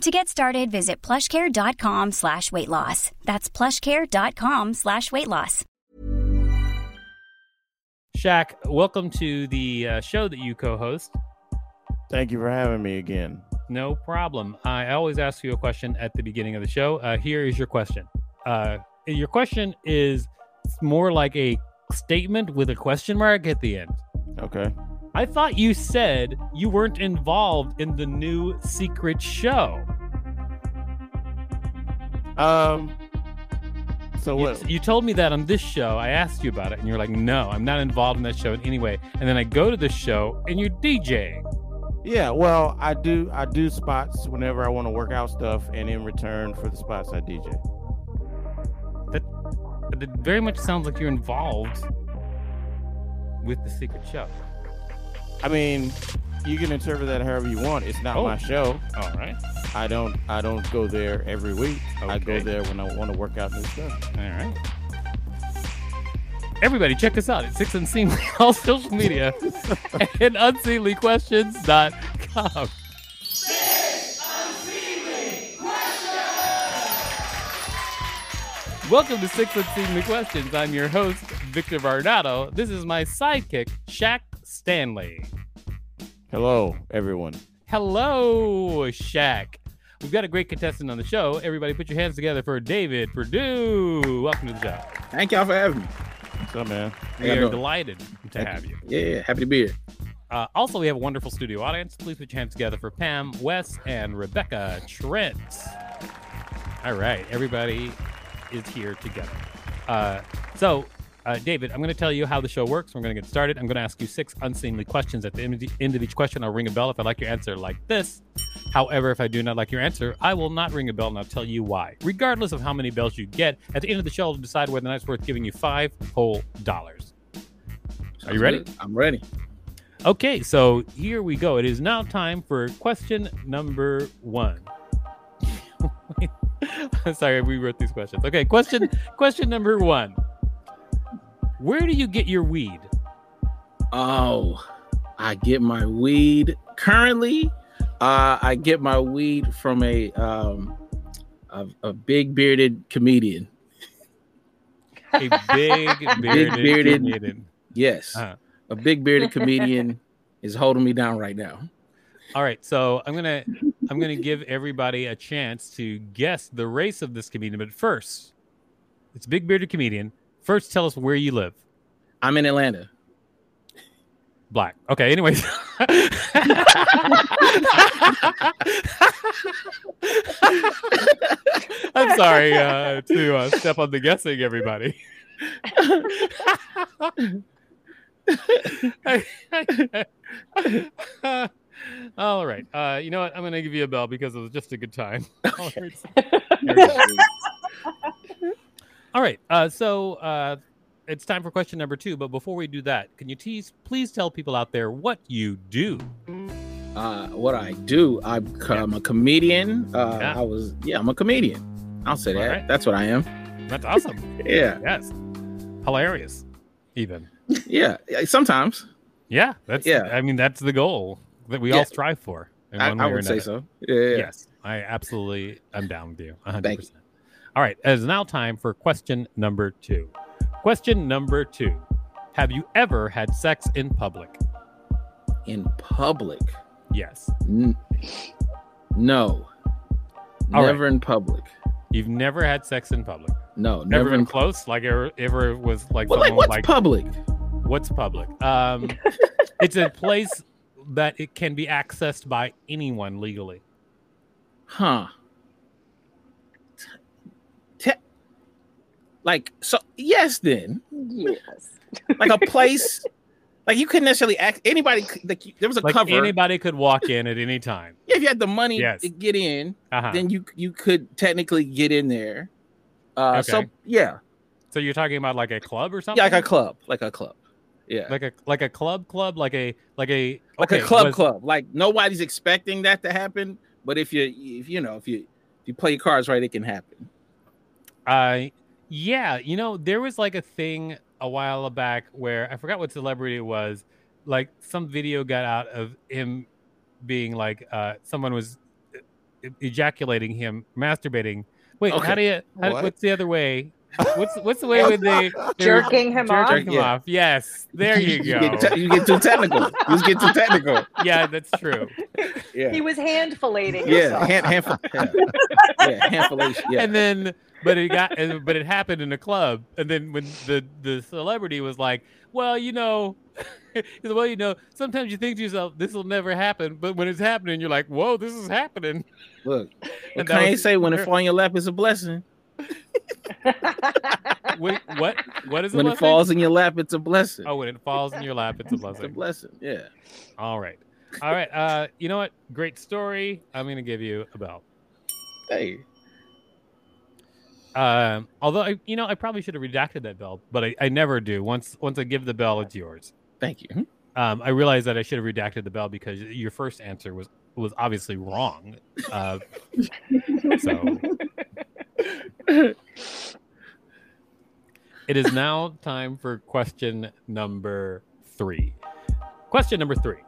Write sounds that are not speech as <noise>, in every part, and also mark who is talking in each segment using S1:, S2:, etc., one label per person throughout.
S1: To get started, visit plushcare.com slash weight loss. That's plushcare.com slash weight loss.
S2: Shaq, welcome to the uh, show that you co-host.
S3: Thank you for having me again.
S2: No problem. I always ask you a question at the beginning of the show. Uh, here is your question. Uh, your question is more like a statement with a question mark at the end.
S3: Okay.
S2: I thought you said you weren't involved in the new secret show.
S3: Um. So
S2: You,
S3: what?
S2: you told me that on this show. I asked you about it, and you're like, "No, I'm not involved in that show in any way." And then I go to the show, and you're DJing.
S3: Yeah. Well, I do. I do spots whenever I want to work out stuff, and in return for the spots, I DJ.
S2: But it very much sounds like you're involved with the secret show.
S3: I mean, you can interpret that however you want. It's not
S2: Oh.
S3: my show.
S2: All right,
S3: I don't. I don't go there every week. I go
S2: Okay.
S3: there when I want to work out new stuff.
S2: all right. Everybody, check us out at Six Unseemly <laughs> on social media and unseemlyquestions.com. Welcome to Six Unseemly Questions. I'm your host, Victor Varnado. This is my sidekick, Shaq Stanley.
S3: Hello, everyone.
S2: Hello, Shaq. We've got a great contestant on the show. Everybody, put your hands together for David Purdue. Welcome to the show.
S4: Thank y'all for having me.
S3: What's up, man?
S4: How
S2: We
S4: y'all
S2: are
S4: doing?
S2: delighted to have you.
S4: Yeah, happy to be here.
S2: Uh, also, we have a wonderful studio audience. Please put your hands together for Pam, Wes, and Rebecca Trent. All right, everybody is here together. Uh, so, uh, David, I'm going to tell you how the show works. We're going to get started. I'm going to ask you six unseemly questions. At the end- end of each question, I'll ring a bell if I like your answer, like this. However, if I do not like your answer, I will not ring a bell and I'll tell you why. Regardless of how many bells you get, at the end of the show, I'll decide whether or not it's worth giving you five whole dollars. Are you
S4: Sounds
S2: ready?
S4: good. I'm ready.
S2: Okay, so here we go. It is now time for question number one. <laughs> I'm sorry, we wrote these questions. Okay, question question number one. Where do you get your weed?
S4: Oh, I get my weed currently. Uh, I get my weed from a um, a, a big bearded comedian.
S2: A big bearded,
S4: bearded-
S2: Canadian.
S4: Yes,
S2: Uh-huh.
S4: a big bearded comedian <laughs> is holding me down right now.
S2: All right, so I'm gonna I'm gonna give everybody a chance to guess the race of this comedian. But first, it's a big bearded comedian. First, tell us where you live.
S4: I'm in Atlanta.
S2: black. Okay, anyways. <laughs> I'm sorry uh, to uh, step on the guessing, everybody. <laughs> All right. Uh, you know what? I'm going to give you a bell because it was just a good time. <laughs> All right. Uh, so uh, it's time for question number two. But before we do that, can you tease, please tell people out there what you do?
S4: Uh, what I do, I'm, co- I'm a comedian. Uh,
S2: Yeah.
S4: I was, yeah, I'm a comedian. I'll say
S2: All
S4: that.
S2: right.
S4: That's what I am.
S2: That's awesome.
S4: Yeah,
S2: yes. Hilarious, even.
S4: yeah. Sometimes
S2: Yeah. That's,
S4: Yeah.
S2: I mean, that's the goal that we
S4: Yeah.
S2: all strive for. in
S4: I,
S2: one
S4: I
S2: way or
S4: would say
S2: another.
S4: so. Yeah, yeah.
S2: Yes. I absolutely am down with you. 100%.
S4: Thank you.
S2: All right. It is now time for question number two. Question number two Have you ever had sex in public?
S4: in public.
S2: Yes.
S4: N- no.
S2: All right.
S4: never in public.
S2: You've never had sex in public.
S4: No,
S2: Never
S4: never,
S2: been
S4: in public.
S2: close. Like ever, ever was like
S4: Well, like
S2: someone
S4: what's
S2: like
S4: public?
S2: what's public.
S4: <laughs>
S2: Um, it's a place that it can be accessed by anyone legally.
S4: Huh. Te- like so yes then.
S5: Yes.
S4: Like a place like you couldn't necessarily act anybody c- like you- there was a
S2: Like
S4: cover.
S2: anybody could walk in at any
S4: <laughs>
S2: time.
S4: if you had the money
S2: Yes.
S4: to get in,
S2: Uh-huh.
S4: then you you could technically get in there. Uh so
S2: Okay.
S4: yeah.
S2: So you're talking about like a club or something?
S4: Yeah, like a club, like a club. Yeah,
S2: like a like a club club like a like a
S4: like
S2: okay,
S4: a club
S2: was-
S4: club. Like nobody's expecting that to happen, but if you if you know if you if you play your cards right, it can happen.
S2: I uh, yeah, you know, there was like a thing a while back where I forgot what celebrity it was. Like some video got out of him being like uh someone was e- ejaculating him, masturbating. Wait, how
S4: Okay.
S2: do you how,
S3: What?
S2: what's the other way? Uh, What's what's the way when
S5: <laughs>
S2: they they're
S5: Jerking him off.
S2: jerking him
S4: Yeah.
S2: off? Yes, there you go.
S4: get, te- <laughs> you get too technical. you just get too technical.
S2: Yeah, that's true.
S4: Yeah,
S5: He was hand filleting.
S4: yeah,
S5: himself.
S4: <laughs> hand, handful, yeah,
S2: <laughs>
S4: yeah, handfulation. Yeah,
S2: and then but it got and- but it happened in a club and then when the the celebrity was like well you know <laughs> well you know sometimes you think to yourself this will never happen but when it's happening you're like whoa this is happening <laughs>
S4: look,
S2: And
S4: what
S2: that
S4: Kanye
S2: was-
S4: say when it fall in your lap is a blessing.
S2: Wait, what what is it
S4: When it
S2: blessing?
S4: falls in your lap, it's a blessing.
S2: oh when it falls in your lap it's a
S4: it's a
S2: blessing
S4: blessing. Yeah.
S2: all right all right uh you know what great story i'm gonna give you a bell
S4: Hey.
S2: um although I, you know i probably should have redacted that bell but I, I never do once once i give the bell it's yours
S4: Thank you.
S2: um, I realized that I should have redacted the bell because your first answer was was obviously wrong. Uh, so it is now time for question number three. Question number three: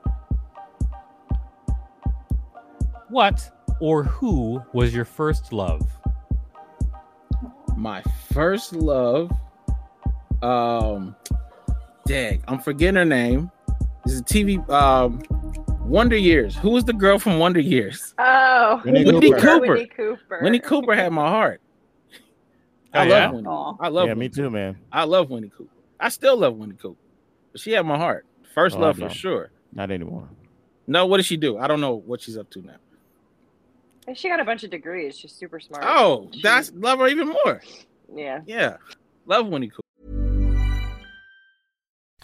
S2: What or who was your first love?
S4: Hmm. My first love. Um dang, I'm forgetting her name. This is a TV um Wonder Years. Who was the girl from Wonder Years?
S5: Oh,
S3: Winnie
S4: Winnie Cooper. Cooper.
S5: Winnie Cooper.
S4: Winnie Cooper had my heart.
S2: Oh,
S4: I love
S2: yeah?
S4: Winnie.
S5: Aw.
S4: I love
S3: yeah, me
S4: Winnie.
S3: too, man.
S4: I love Winnie Cooper. I still love Winnie Cooper. But she had my heart. First
S3: Oh, I
S4: love for
S3: don't.
S4: sure.
S3: Not anymore.
S4: No, what does she do? I don't know what she's up to now.
S5: And She got a bunch of degrees. She's super smart.
S4: Oh,
S5: She-
S4: that's love her even more.
S5: yeah.
S4: Yeah. Love Winnie Cooper.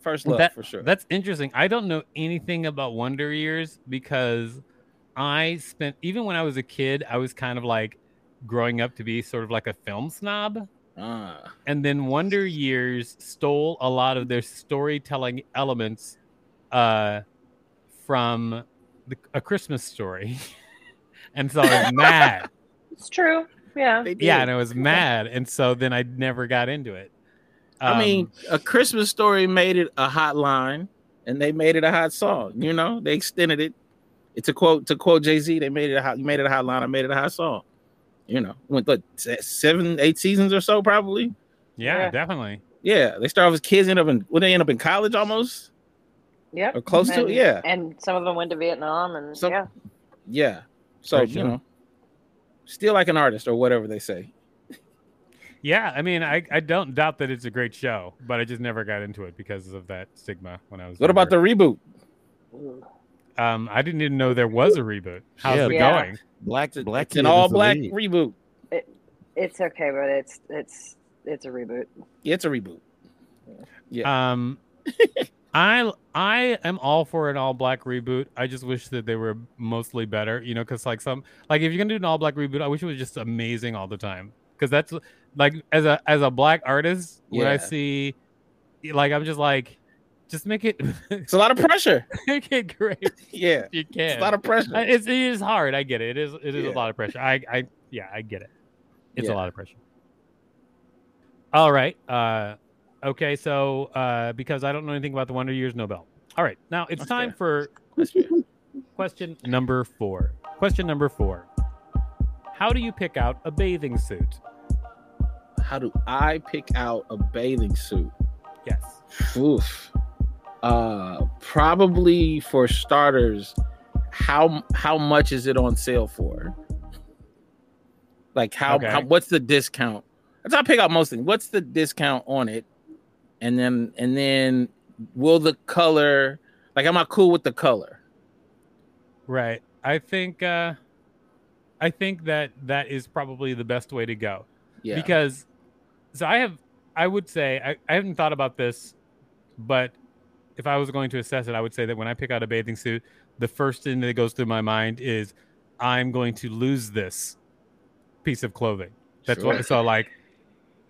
S4: First love
S2: That-
S4: for sure.
S2: That's interesting. I don't know anything about Wonder Years because I spent even when I was a kid, I was kind of like growing up to be sort of like a film snob.
S4: Ah.
S2: And then Wonder Years stole a lot of their storytelling elements uh, from the, a Christmas story. <laughs> and so I was
S4: <laughs>
S2: mad.
S5: It's true. Yeah.
S4: They
S2: Yeah,
S4: did.
S2: and I was mad. And so then I never got into it.
S4: I mean,
S2: Um,
S4: a Christmas story made it a hot line, and they made it a hot song. You know, they extended it. It's a quote to quote Jay Z. They made it a hot. You made it a hot line. I made it a hot song. You know, went like se- seven, eight seasons or so, probably.
S2: yeah,
S5: yeah.
S2: definitely.
S4: Yeah, they start off as kids, end up in when they end up in college almost
S5: Yep.
S4: or close to.
S5: And-
S4: Yeah,
S5: And some of them went to Vietnam and
S4: Some-
S5: yeah.
S4: yeah. So
S2: For
S4: you
S2: sure.
S4: know, still like an artist or whatever they say.
S2: Yeah, I mean, I, I don't doubt that it's a great show, but I just never got into it because of that stigma when I was.
S4: What about the
S2: younger.
S4: reboot?
S2: Um, I didn't even know there was a reboot. How's
S3: Yeah,
S2: it
S5: Yeah.
S2: going?
S3: Black, black,
S4: It's an
S3: kid
S4: all
S3: is the
S4: black
S3: lead.
S4: reboot.
S5: It's okay, but it's it's it's a reboot.
S4: Yeah, it's a reboot. <laughs>
S2: Um, I I am all for an all black reboot. I just wish that they were mostly better, you know, because like some like if you're gonna do an all black reboot, I wish it was just amazing all the time. Because that's like as a as a black artist, when I
S4: Yeah.
S2: see, like I'm just like, just make it <laughs>
S4: It's a lot of pressure. <laughs>
S2: make it great. if
S4: Yeah,
S2: You can. Uh,
S4: it's a lot of pressure.
S2: I- It's, it is hard. I get it. It is it is a
S4: Yeah.
S2: lot of pressure. I I yeah, I get it. It's
S4: Yeah.
S2: a lot of pressure. All right. Uh, okay, so uh, because I don't know anything about the Wonder Years Nobel. All right, now it's
S4: That's
S2: time
S4: fair.
S2: for question number four. Question number four. How do you pick out a bathing suit?
S4: How do I pick out a bathing suit?
S2: Yes.
S4: Oof. Uh, probably for starters, how how much is it on sale for? Like how,
S2: Okay.
S4: how what's the discount? That's how I pick out most things. What's the discount on it? And then and then will the color like am I cool with the color?
S2: Right. I think uh, I think that that is probably the best way to go.
S4: Yeah.
S2: because so i have i would say I, I haven't thought about this but if i was going to assess it i would say that when i pick out a bathing suit the first thing that goes through my mind is i'm going to lose this piece of clothing that's
S4: Sure.
S2: what so like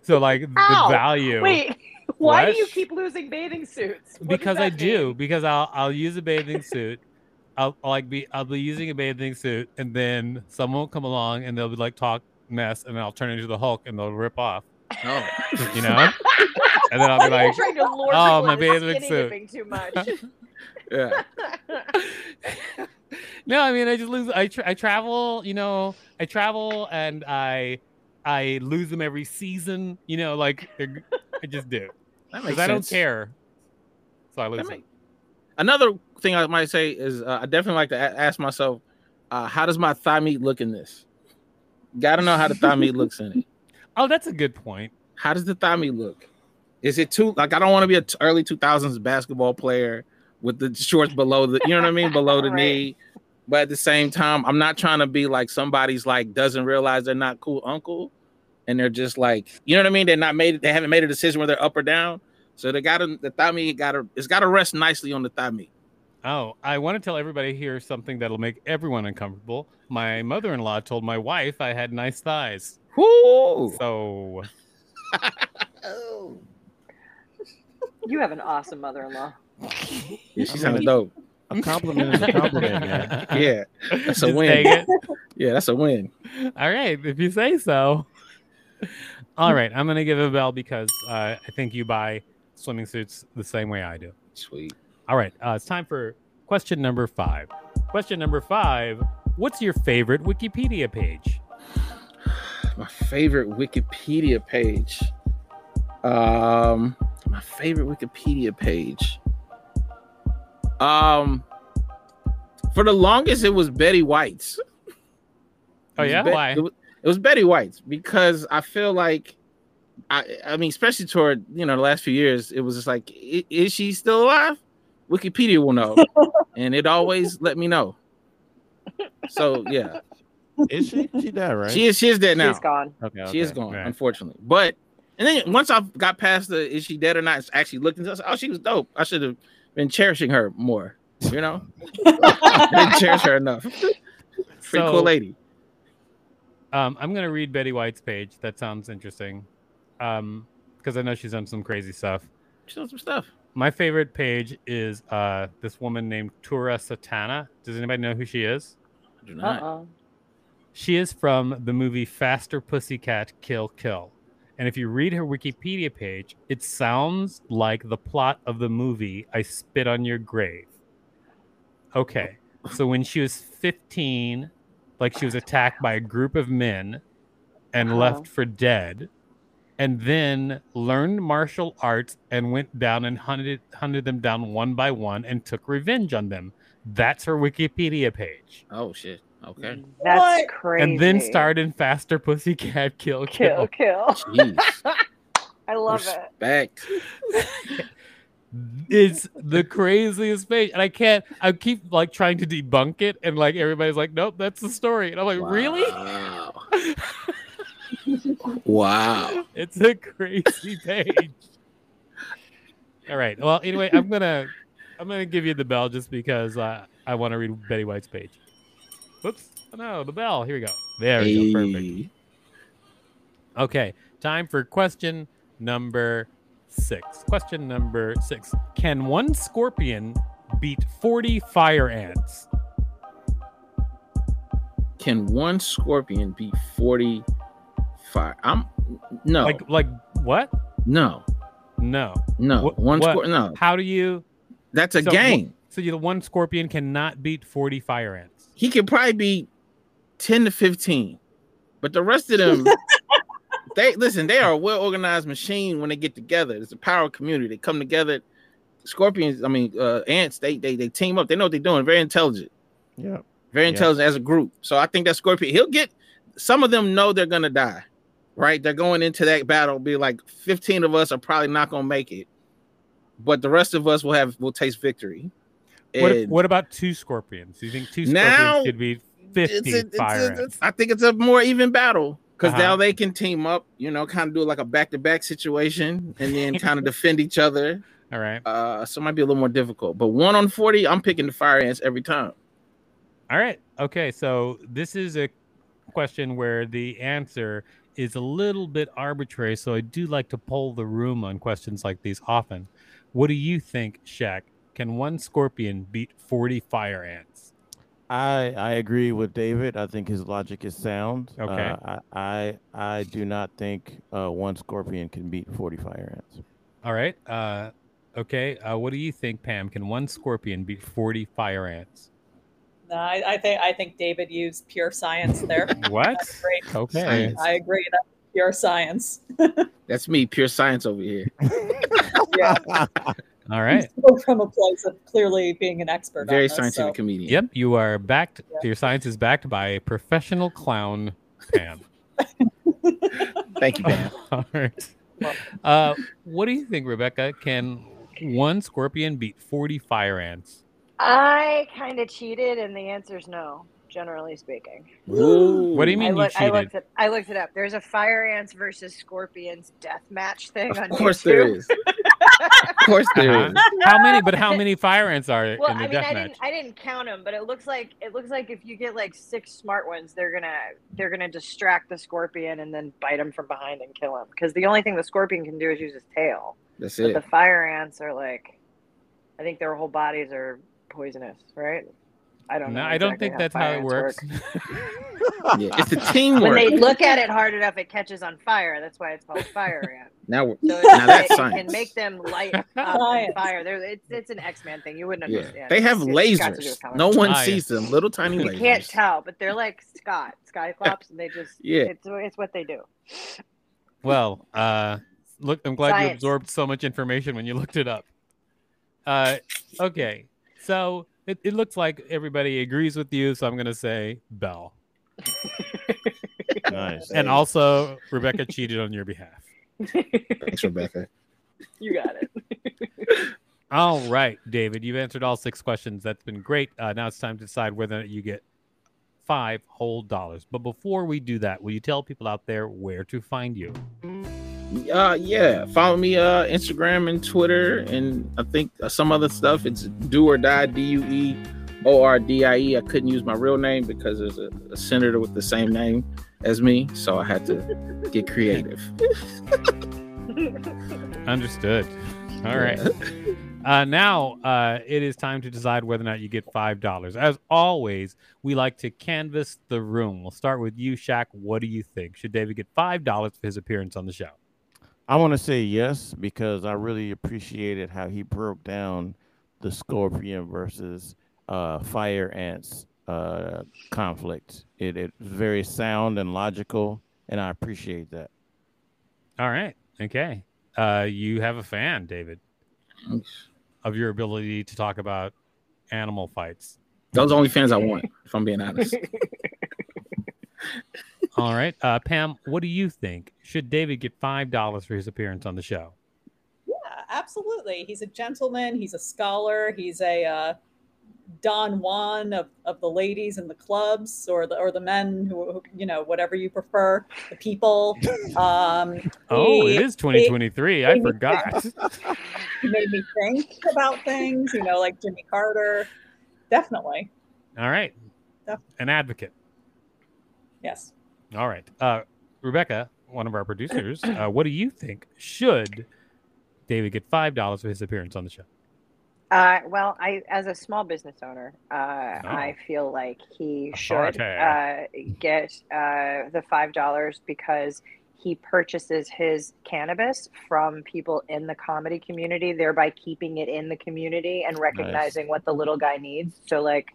S2: so like
S5: Ow!
S2: the value
S5: Wait, <laughs> why
S2: What?
S5: do you keep losing bathing suits? What does
S2: because I
S5: that
S2: do
S5: mean?
S2: because I'll I'll use a bathing suit. I'll, I'll like be I'll be using a bathing suit and then someone will come along and they'll be like talk mess and then I'll turn into the Hulk and they'll rip off.
S4: <laughs> Oh.
S2: You know? and
S4: <laughs>
S2: then <laughs> I'll be
S5: <laughs> You're
S2: like
S5: trying to lure
S2: "Oh,
S5: people
S2: my
S5: into
S2: bathing
S5: skinny
S2: suit."
S5: dipping too much.
S2: <laughs>
S4: yeah.
S2: No, I mean I just lose I tra- I travel, you know, I travel and I I lose them every season, you know, like they're- I just do.
S4: That
S2: Cuz I don't
S4: sense.
S2: care. So I lose
S4: That
S2: them.
S4: make- Another thing I might say is uh, I definitely like to a- ask myself, uh, how does my thigh meat look in this? Got to know how the thigh meat looks in it.
S2: Oh, that's a good point.
S4: How does the thigh meat look? Is it too like I don't want to be a t- early two thousands basketball player with the shorts below the you know what I mean below the
S5: Right.
S4: knee, but at the same time I'm not trying to be like somebody's like doesn't realize they're not cool uncle, and they're just like you know what I mean they're not made they haven't made a decision whether they're up or down, so they got to the thigh meat got to it's got to rest nicely on the thigh meat.
S2: Oh, I want to tell everybody here something that'll make everyone uncomfortable. My mother in law told my wife I had nice thighs.
S4: Whoo!
S2: So,
S5: <laughs> you have an awesome mother-in-law.
S4: Yeah, she
S3: I
S4: sounded
S3: mean-
S4: dope. <laughs>
S3: A compliment is a compliment, man.
S2: <laughs>
S4: Yeah, that's a
S2: Just
S4: win.
S2: take it.
S4: Yeah, that's a win.
S2: All right, if you say so. All right, I'm going to give it a bell because uh, I think you buy swimming suits the same way I do.
S4: Sweet.
S2: All right, uh, it's time for question number five. Question number five What's your favorite Wikipedia page?
S4: My favorite Wikipedia page. Um, my favorite Wikipedia page. Um, for the longest, it was Betty White's.
S2: Oh,
S4: It was
S2: yeah?
S4: Bet-
S2: Why?
S4: It was, it was Betty White's because I feel like, I I mean, especially toward you know the last few years, it was just like, i- is she still alive? Wikipedia
S2: <laughs>
S4: will know, and it always let me know. So yeah,
S3: Is she? She died, right?
S4: she is she is dead now.
S2: <laughs>
S5: She's gone.
S3: Okay,
S4: She is
S3: okay.
S4: gone,
S2: right.
S4: unfortunately. But and then once I got past the is she dead or not, actually looked into this, oh, she was dope. I should have been cherishing her more, you
S5: <laughs>
S4: know? Didn't cherish
S2: <laughs>
S4: her enough. Pretty
S2: So-
S4: cool lady.
S2: Um, I'm gonna read Betty White's page. That sounds interesting, um, because I know she's done some crazy stuff.
S4: She does some stuff.
S2: My favorite page is uh, this woman named Tura Satana. Does anybody know who she is?
S4: I do not.
S5: Uh-oh.
S2: She is from the movie Faster Pussycat Kill Kill, and if you read her Wikipedia page, it sounds like the plot of the movie I Spit on Your Grave. Okay, so when she was 15, like she was attacked by a group of men and
S5: Wow.
S2: left for dead, and then learned martial arts and went down and hunted hunted them down one by one and took revenge on them. That's her Wikipedia page.
S4: Oh shit. Okay.
S5: That's crazy.
S2: And then started faster pussycat kill kill.
S5: kill, kill.
S4: Jeez.
S5: I Mm. <laughs> love it.
S4: Respect.
S2: It's the craziest page. And I can't I keep like trying to debunk it and like everybody's like, Nope, that's the story. And I'm like, Really?
S4: Wow.
S2: <laughs>
S4: wow.
S2: It's a crazy page. All right. Well, anyway, I'm gonna I'm gonna give you the bell just because uh, I want to read Betty White's page. Whoops! Oh, no, the bell. Here we go. There we go. Perfect.
S4: Hey.
S2: Okay. Time for question number six. Question number six. Can one scorpion beat 40 fire ants?
S4: Can one scorpion be 40 fire? I'm no,
S2: Like like what?
S4: no,
S2: No.
S4: no.
S2: What-
S4: one
S2: what-
S4: scorp no.
S2: How do you?
S4: That's a
S2: so wh-
S4: game.
S2: So you, the one scorpion cannot beat forty fire ants.
S4: he could probably be 10 to 15 but the rest of them they listen they are a well-organized machine when they get together it's a power community they come together scorpions i mean uh ants they they, they team up they know what they're doing very intelligent
S3: Yeah.
S4: very
S3: Yeah.
S4: intelligent as a group so i think that scorpion he'll get some of them know they're gonna die right they're going into that battle be like 15 of us are probably not gonna make it but the rest of us will have will taste victory
S2: What,
S4: And-
S2: what about two scorpions? Do you think two scorpions
S4: Now-
S2: could be
S4: it's a-
S2: fifty
S4: it's a-
S2: fire
S4: it's-
S2: ants?
S4: I think it's a more even battle because
S2: Uh-huh.
S4: now they can team up, you know, kind of do like a back to back situation and
S2: <laughs>
S4: then kind of defend each other.
S2: All right,
S4: Uh, so it might be a little more difficult, but one on 40, I'm picking the fire ants every time.
S2: all right, okay. So this is a question where the answer is a little bit arbitrary. So I do like to poll the room on questions like these often. What do you think, Shaq? Can one scorpion beat forty fire ants?
S3: I I agree with David. I think his logic is sound.
S2: Okay.
S3: Uh, I, I I do not think uh, one scorpion can beat forty fire ants.
S2: All right. Uh, okay. Uh, what do you think, Pam? Can one scorpion beat 40 fire ants?
S6: No, I, I think I think David used pure science
S2: <laughs>
S6: there.
S5: <laughs>
S2: What?
S6: That's great.
S2: Okay.
S4: Science.
S6: I agree. That's pure science.
S4: That's me, pure science over here.
S6: Yeah.
S2: All right.
S6: Go from a place of clearly being an expert.
S4: Very
S6: on this,
S4: scientific
S6: So.
S4: comedian.
S2: Yep. You are backed. Your science is backed by a professional clown, Pam.
S4: Thank you, Pam.
S2: <laughs> All right. Uh, what do you think, Rebecca? Can one scorpion beat 40 fire ants?
S5: I kind of cheated, and the answer is no. Generally speaking,
S2: What do you
S5: I,
S2: mean you
S5: look, I
S2: cheated?
S5: looked it. I looked it up. There's a fire ants versus scorpions death match thing on
S4: Of course
S5: YouTube.
S4: there is. Of course there is.
S2: Uh-huh. How many? But how many fire ants are
S5: Well,
S2: in the
S5: I mean,
S2: death
S5: I
S2: match?
S5: didn't, I didn't count them, but it looks like it looks like if you get like six smart ones, they're gonna they're gonna distract the scorpion and then bite him from behind and kill him. Because the only thing the scorpion can do is use his tail.
S4: That's
S5: But
S4: it.
S5: the fire ants are like, I think their whole bodies are poisonous, right? I don't
S2: No,
S5: know.
S2: I don't
S5: exactly
S2: think that's how
S5: fire
S2: it works.
S5: ants work.
S2: <laughs>
S4: Yeah, it's the
S5: When
S4: teamwork.
S5: they look at it hard enough, it catches on fire. That's why it's called
S2: <laughs>
S5: fire ant.
S4: now we're
S5: So
S4: Now that's
S5: it's, it can
S4: science.
S5: make them light up on
S6: Science.
S5: fire. They're, it's, it's an X Men thing. You wouldn't
S4: yeah.
S5: understand.
S4: They have
S5: It's- it's got to do
S4: lasers.
S5: with color.
S4: No one
S2: Ah, yeah.
S4: sees them. Little tiny
S5: You
S4: lasers.
S5: can't tell, but they're like Scott, Skyclops, and they just
S4: Yeah.
S5: It's it's what they do.
S2: Well, uh, look, I'm glad you
S5: Science.
S2: absorbed so much information when you looked it up. Uh, okay, so it, it looks like everybody agrees with you, so I'm going to say Bell.
S3: nice.
S2: And also, Rebecca cheated on your behalf.
S4: Thanks, Rebecca.
S5: You got it.
S2: All right, David, you've answered all six questions. That's been great. Uh, now it's time to decide whether or not you get five whole dollars. But before we do that, will you tell people out there where to find you?
S4: uh yeah follow me uh instagram and twitter and i think uh, some other stuff it's do or die E d-u-e-o-r-d-i-e i couldn't use my real name because there's a, a senator with the same name as me so i had to get creative
S2: Understood. All right. <laughs> Uh, now uh, it is time to decide whether or not you get five dollars. As always, we like to canvas the room. We'll start with you, Shaq. What do you think? Should David get five dollars for his appearance on the show?
S3: I want to say yes because I really appreciated how he broke down the scorpion versus uh, fire ants uh, conflict. It it was very sound and logical, and I appreciate that.
S2: All right. Okay. Uh, you have a fan, David, of your ability to talk about animal fights.
S4: those are the only fans i want if i'm being honest
S2: All right, uh, Pam. What do you think? Should David get five dollars for his appearance on the show?
S6: Yeah, Uh, absolutely. He's a gentleman. He's a scholar. He's a uh, Don Juan of, of the ladies and the clubs, or the or the men who, who you know whatever you prefer. The people. Um,
S2: Oh,
S6: he-
S2: it is 2023. I forgot.
S6: made me think about things, you know, like Jimmy Carter. Definitely.
S2: All right.
S6: Yeah.
S2: An advocate.
S6: Yes.
S2: All right. Uh, Rebecca, one of our producers, uh, what do you think should David get $5 for his appearance on the show?
S5: Uh, well, I, as a small business owner, uh, I feel like he should uh, get uh, the five dollars because he purchases his cannabis from people in the comedy community, thereby keeping it in the community and recognizing what the little guy needs. So, like,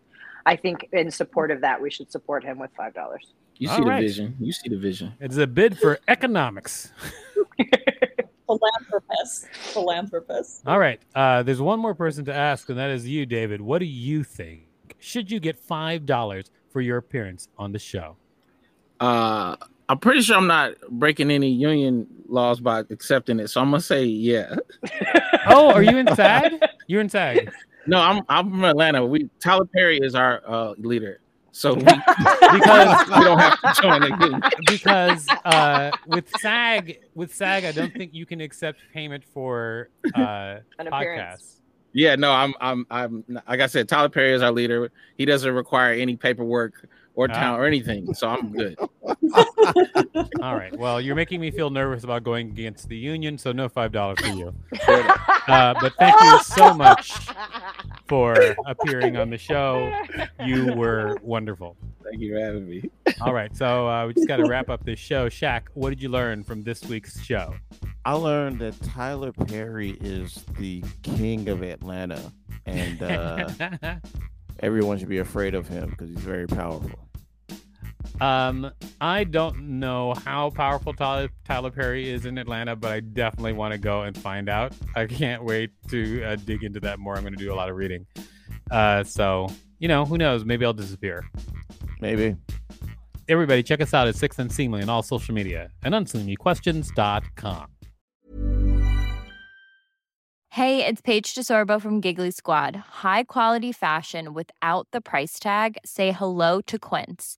S5: I think in support of that, we should support him with five dollars.
S4: You
S2: All
S4: see
S2: right.
S4: the vision. You see the vision.
S2: It's a bid for economics.
S6: Philanthropist. Philanthropist.
S2: All right. Uh, there's one more person to ask, and that is you, David. What do you think? Should you get five dollars for your appearance on the show?
S4: Uh, I'm pretty sure I'm not breaking any union laws by accepting it, so I'm gonna say yeah.
S2: Oh, are you inside? You're inside.
S4: No, I'm I'm from Atlanta. We Tyler Perry is our uh, leader, so we, we
S2: Because
S4: don't have to join the union.
S2: because uh, with SAG with SAG, I don't think you can accept payment for uh,
S5: An appearance.
S2: podcasts.
S4: Yeah, no, I'm I'm I'm like I said, Tyler Perry is our leader. He doesn't require any paperwork or
S2: Ah.
S4: town or anything, so I'm good.
S2: All right. Well, you're making me feel nervous about going against the union, so no five dollars for you.
S5: <laughs>
S2: Uh, but thank you so much for appearing on the show. You were wonderful.
S4: Thank you for having me.
S2: All right, so uh, we just got to wrap up this show. Shaq, what did you learn from this week's show?
S3: I learned that Tyler Perry is the king of Atlanta,
S2: <laughs>
S3: and uh, everyone should be afraid of him because he's very powerful.
S2: um, I don't know how powerful Tyler, Tyler Perry is in Atlanta, but I definitely want to go and find out. I can't wait to uh, dig into that more. I'm going to do a lot of reading. Uh, so, you know, who knows? Maybe I'll disappear.
S3: Maybe.
S2: Everybody, check us out at Six Unseemly on all social media and unseemlyquestions.com.
S7: Hey, it's Paige DeSorbo from Giggly Squad. High quality fashion without the price tag. Say hello to Quince.